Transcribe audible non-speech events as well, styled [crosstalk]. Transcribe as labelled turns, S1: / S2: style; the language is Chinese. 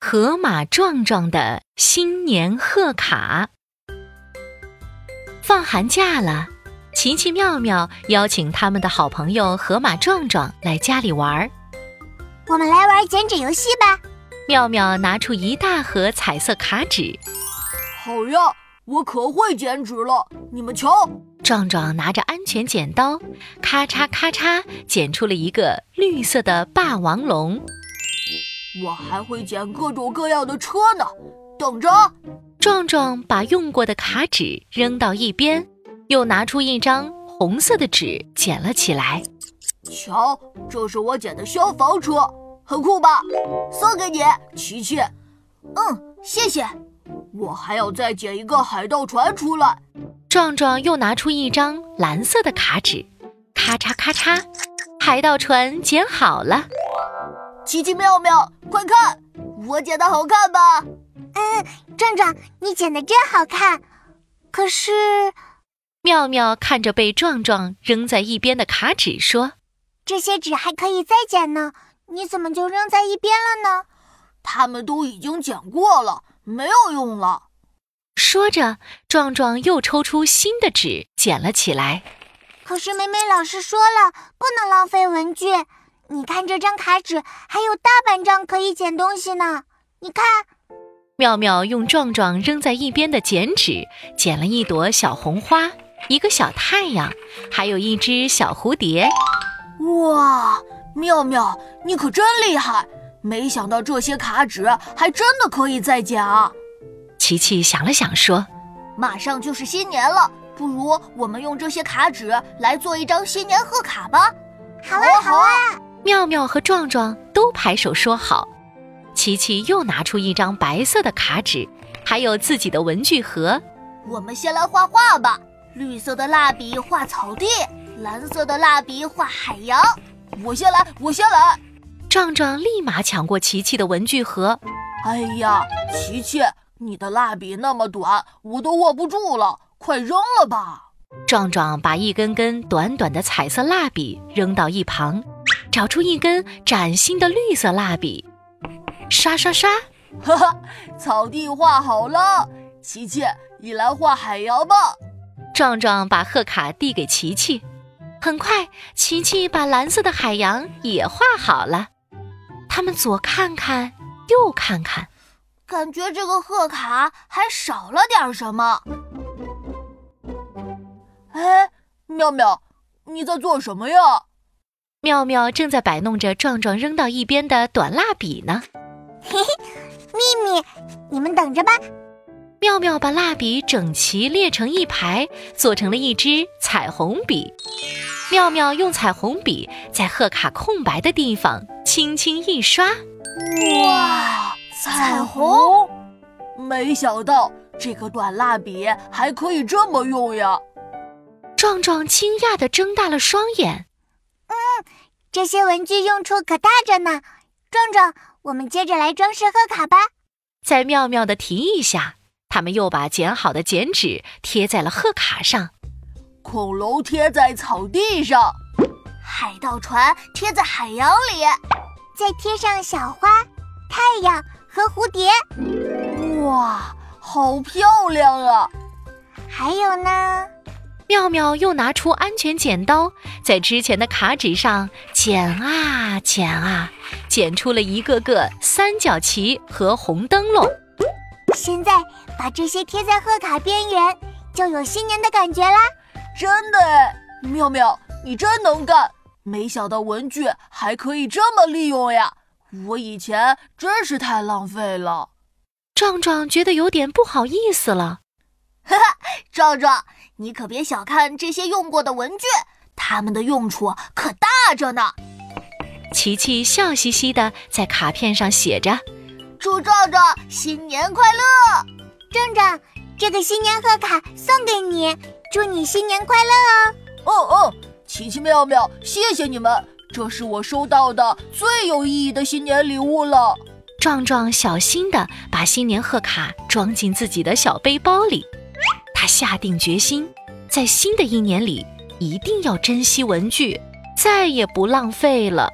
S1: 河马壮壮的新年贺卡。放寒假了，奇奇妙妙邀请他们的好朋友河马壮壮来家里玩儿。
S2: 我们来玩剪纸游戏吧！
S1: 妙妙拿出一大盒彩色卡纸，
S3: 好呀，我可会剪纸了，你们瞧，
S1: 壮壮拿着安全剪刀，咔嚓咔嚓剪出了一个绿色的霸王龙。
S3: 我还会剪各种各样的车呢。等着啊，
S1: 壮壮把用过的卡纸扔到一边，又拿出一张红色的纸剪了起来。
S3: 瞧，这是我剪的消防车，很酷吧？送给你，琪琪。
S2: 嗯，谢谢。
S3: 我还要再剪一个海盗船出来。
S1: 壮壮又拿出一张蓝色的卡纸，咔嚓咔嚓，海盗船剪好了。
S3: 奇奇妙妙，快看，我剪的好看吧？
S2: 嗯，壮壮，你剪的真好看。可是，
S1: 妙妙看着被壮壮扔在一边的卡纸说
S2: 这些纸还可以再剪呢，你怎么就扔在一边了呢？
S3: 他们都已经剪过了，没有用了。：“
S1: 说着，壮壮又抽出新的纸剪了起来。
S2: 可是美美老师说了，不能浪费文具。你看这张卡纸还有大半张可以剪东西呢。你看，”
S1: 妙妙用壮壮扔在一边的剪纸剪了一朵小红花、一个小太阳，还有一只小蝴蝶。
S3: 哇，妙妙，你可真厉害！没想到这些卡纸还真的可以再剪啊！
S1: 琪琪想了想说
S3: 马上就是新年了，不如我们用这些卡纸来做一张新年贺卡吧。
S2: 好啊，好啊，：“
S1: 妙妙和壮壮都拍手说好。”琪琪又拿出一张白色的卡纸，还有自己的文具盒。
S3: 我们先来画画吧。绿色的蜡笔画草地，蓝色的蜡笔画海洋。我先来，我先来。
S1: 壮壮立马抢过琪琪的文具盒，
S3: 哎呀，琪琪，你的蜡笔那么短，我都握不住了，快扔了吧！ [laughs]
S1: 壮壮把一根根短短的彩色蜡笔扔到一旁，找出一根崭新的绿色蜡笔，刷刷刷，
S3: 哈哈，草地画好了，琪琪，你来画海洋吧。
S1: 壮壮把贺卡递给琪琪。很快，琪琪把蓝色的海洋也画好了。他们左看看，右看看，
S3: 感觉这个贺卡还少了点什么。哎，妙妙，你在做什么呀？
S1: 妙妙正在摆弄着壮壮扔到一边的短蜡笔呢。
S2: [laughs] 秘密，你们等着吧。
S1: 妙妙把蜡笔整齐列成一排，做成了一支彩虹笔。妙妙用彩虹笔在贺卡空白的地方轻轻一刷，
S3: 哇，
S2: 彩虹！
S3: 没想到这个短蜡笔还可以这么用呀！
S1: 壮壮惊讶地睁大了双眼。
S2: 这些文具用处可大着呢。壮壮，我们接着来装饰贺卡吧。
S1: 在妙妙的提议下，他们又把剪好的剪纸贴在了贺卡上。
S3: 恐龙贴在草地上，海盗船贴在海洋里。
S2: 再贴上小花、太阳和蝴蝶，
S3: 哇，好漂亮啊！
S2: 还有呢，
S1: 妙妙又拿出安全剪刀，在之前的卡纸上剪啊剪啊，剪出了一个个三角旗和红灯笼。
S2: 现在把这些贴在贺卡边缘，就有新年的感觉啦。
S3: 真的哎，妙妙，你真能干！没想到文具还可以这么利用呀！我以前真是太浪费了。
S1: 壮壮觉得有点不好意思了。
S3: 壮壮，你可别小看这些用过的文具，它们的用处可大着呢。
S1: 琪琪笑嘻嘻的在卡片上写着
S3: 祝壮壮新年快乐！
S2: 壮壮，这个新年贺卡送给你，祝你新年快乐哦！
S3: 哦哦，奇奇妙妙，谢谢你们，这是我收到的最有意义的新年礼物了。：“
S1: 壮壮小心的把新年贺卡装进自己的小背包里。”他下定决心，在新的一年里一定要珍惜文具，再也不浪费了。